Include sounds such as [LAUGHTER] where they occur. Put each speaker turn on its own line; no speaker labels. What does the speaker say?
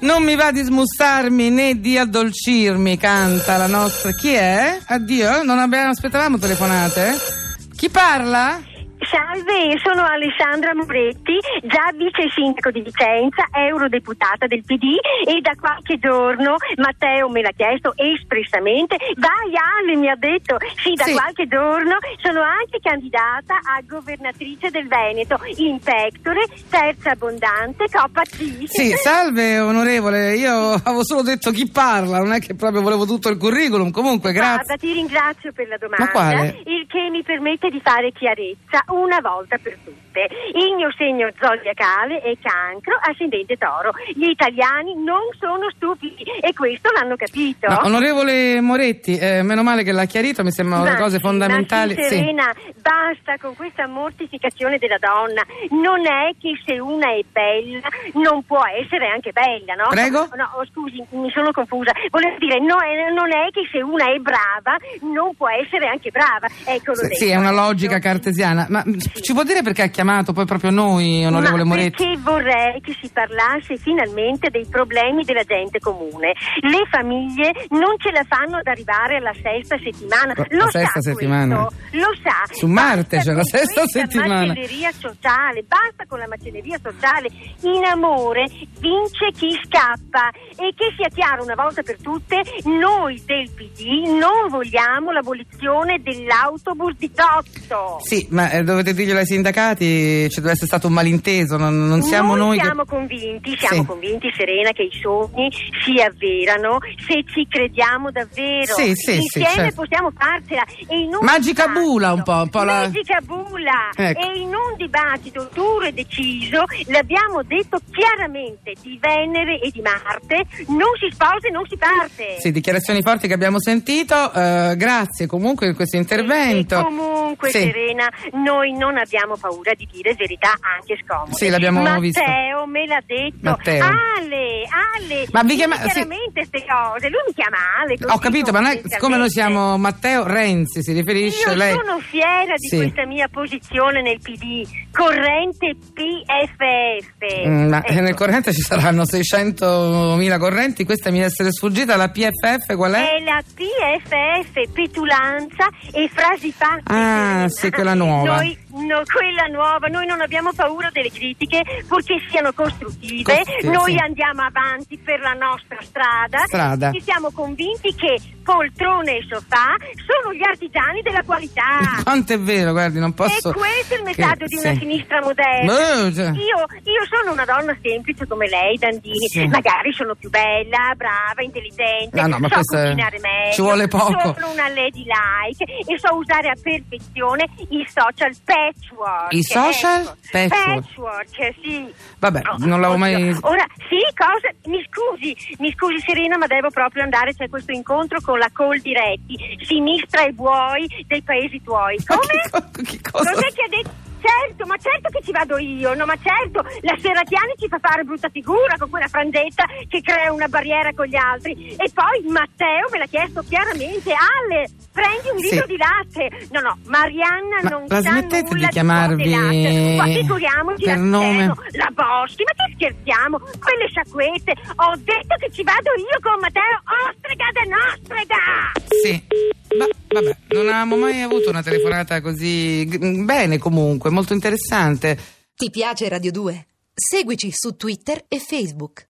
Non mi va di smussarmi né di addolcirmi, canta la nostra. Chi è? Addio, non abbiamo, aspettavamo telefonate? Chi parla?
Salve, sono Alessandra Moretti, già vice sindaco di Vicenza, eurodeputata del PD e da qualche giorno Matteo me l'ha chiesto espressamente, vai Ale mi ha detto, sì da
Sì.
qualche giorno sono anche candidata a governatrice del Veneto in pectore, terza abbondante, coppa C.
Sì, salve onorevole, io avevo solo detto chi parla, non è che proprio volevo tutto il curriculum, comunque grazie.
Guarda, ti ringrazio per la domanda,
Ma quale?
il che mi permette di fare chiarezza una volta per tutte. Il mio segno zodiacale è cancro, ascendente toro. Gli italiani non sono stupidi e questo l'hanno capito.
No, onorevole Moretti, eh, meno male che l'ha chiarito, mi sembrano le
Ma
cose
sì,
fondamentali.
Ma sì, Serena, basta con questa mortificazione della donna. Non è che se una è bella non può essere anche bella, no?
Prego?
No, oh, scusi, mi sono confusa. Volevo dire, no, eh, non è che se una è brava non può essere anche brava. Ecco, l'ho
Sì,
detto,
sì, è una
eh.
logica
Non-
cartesiana, ma mh, ci può dire perché ha chiamato poi proprio noi, onorevole
Ma
Moretti?
Perché vorrei che si parlasse finalmente dei problemi della gente comune. Le famiglie non ce la fanno ad arrivare alla sesta settimana.
La-
Lo
la
sa
sesta
questo,
settimana.
Lo sa.
Su Marte
Basta
c'è la
con
sesta
questa
settimana.
macelleria sociale, basta con la macelleria sociale. In amore vince chi scappa. E che sia chiaro una volta per tutte, noi del PD non vogliamo l'abolizione dell'autobus di Totto.
Sì, ma eh, dovete dirglielo ai sindacati, ci deve essere stato un malinteso, non, non siamo noi. che-
siamo convinti, siamo
Sì.
convinti, Serena, che i sogni si avverano se ci crediamo davvero.
Sì, sì, sì,
Insieme
certo.
possiamo farcela. E in un
Magica
dibattito-
bula un po', un po' la-
Magica bula.
Ecco.
E in un dibattito duro e deciso l'abbiamo detto chiaramente di Venere e di Marte, non si sposa e non si parte.
Sì, dichiarazioni forti che abbiamo sentito, eh, grazie comunque per questo intervento.
E comunque,
Sì.
Serena, noi non abbiamo paura di dire verità anche scomode.
Sì, l'abbiamo
Matteo
visto.
Matteo me l'ha detto.
Matteo.
Ale, Ale.
Ma vi
dice
chiama- sì.
chiaramente queste cose. Lui mi chiama Ale. così
Ho capito, ma noi, siccome noi
confidenzialmente.
siamo Matteo Renzi, si riferisce
Io
lei.
sono fiera di
Sì.
questa mia posizione nel PD, corrente PFF.
Mm, Ma
Ecco.
nel corrente ci saranno 600.000 correnti, questa mi deve essere sfuggita, la PFF qual è?
È la PFF, petulanza e frasi fatte.
Ah, sì, quella nuova.
Noi, no, quella nuova, noi non abbiamo paura delle critiche purché siano costruttive.
Costruttive,
noi
sì.
andiamo avanti per la nostra strada.
Strada.
Ci siamo convinti che poltrone e sofà sono gli artigiani della qualità.
[LAUGHS] Quanto è vero, guardi, non [LAUGHS] posso...
E questo è il messaggio
che-
di una
sì.
sinistra moderna.
Beh, cioè,
Io, io sono una donna semplice come lei, Dandini.
Sì.
Magari sono più bella, brava, intelligente,
No, no, ma
so
questo è-
cucinare meglio.
ci vuole poco.
Sono una lady like e so usare a perfezione i social patchwork.
I social
Ecco.
patchwork.
Patchwork, sì.
Vabbè,
Oh,
non l'avevo mai...
oddio. Ora, sì, cosa? Mi scusi, mi scusi Serena, ma devo proprio andare, c'è questo incontro con la Col Diretti, sinistra e buoi dei paesi tuoi.
Ma
Come?
che co- che cosa?
Cos'è che ha detto? Certo, ma certo che ci vado io, no ma certo, la Serratiani ci fa fare brutta figura con quella frangetta che crea una barriera con gli altri. E poi Matteo me l'ha chiesto chiaramente, Ale, prendi un
Sì.
litro di latte. No, no, Marianna
Ma
non
la
sa
smettete
nulla
di chiamarvi
cose latte. Ma figuriamoci
per
la
nome?
Steno, la Boschi, ma che scherziamo? Quelle sciacquette, ho detto che ci vado io con Matteo, ostrega de nostrega!
Sì. Ma, vabbè, non avevamo mai avuto una telefonata così g- bene comunque, molto interessante.
Ti piace Radio 2? Seguici su Twitter e Facebook.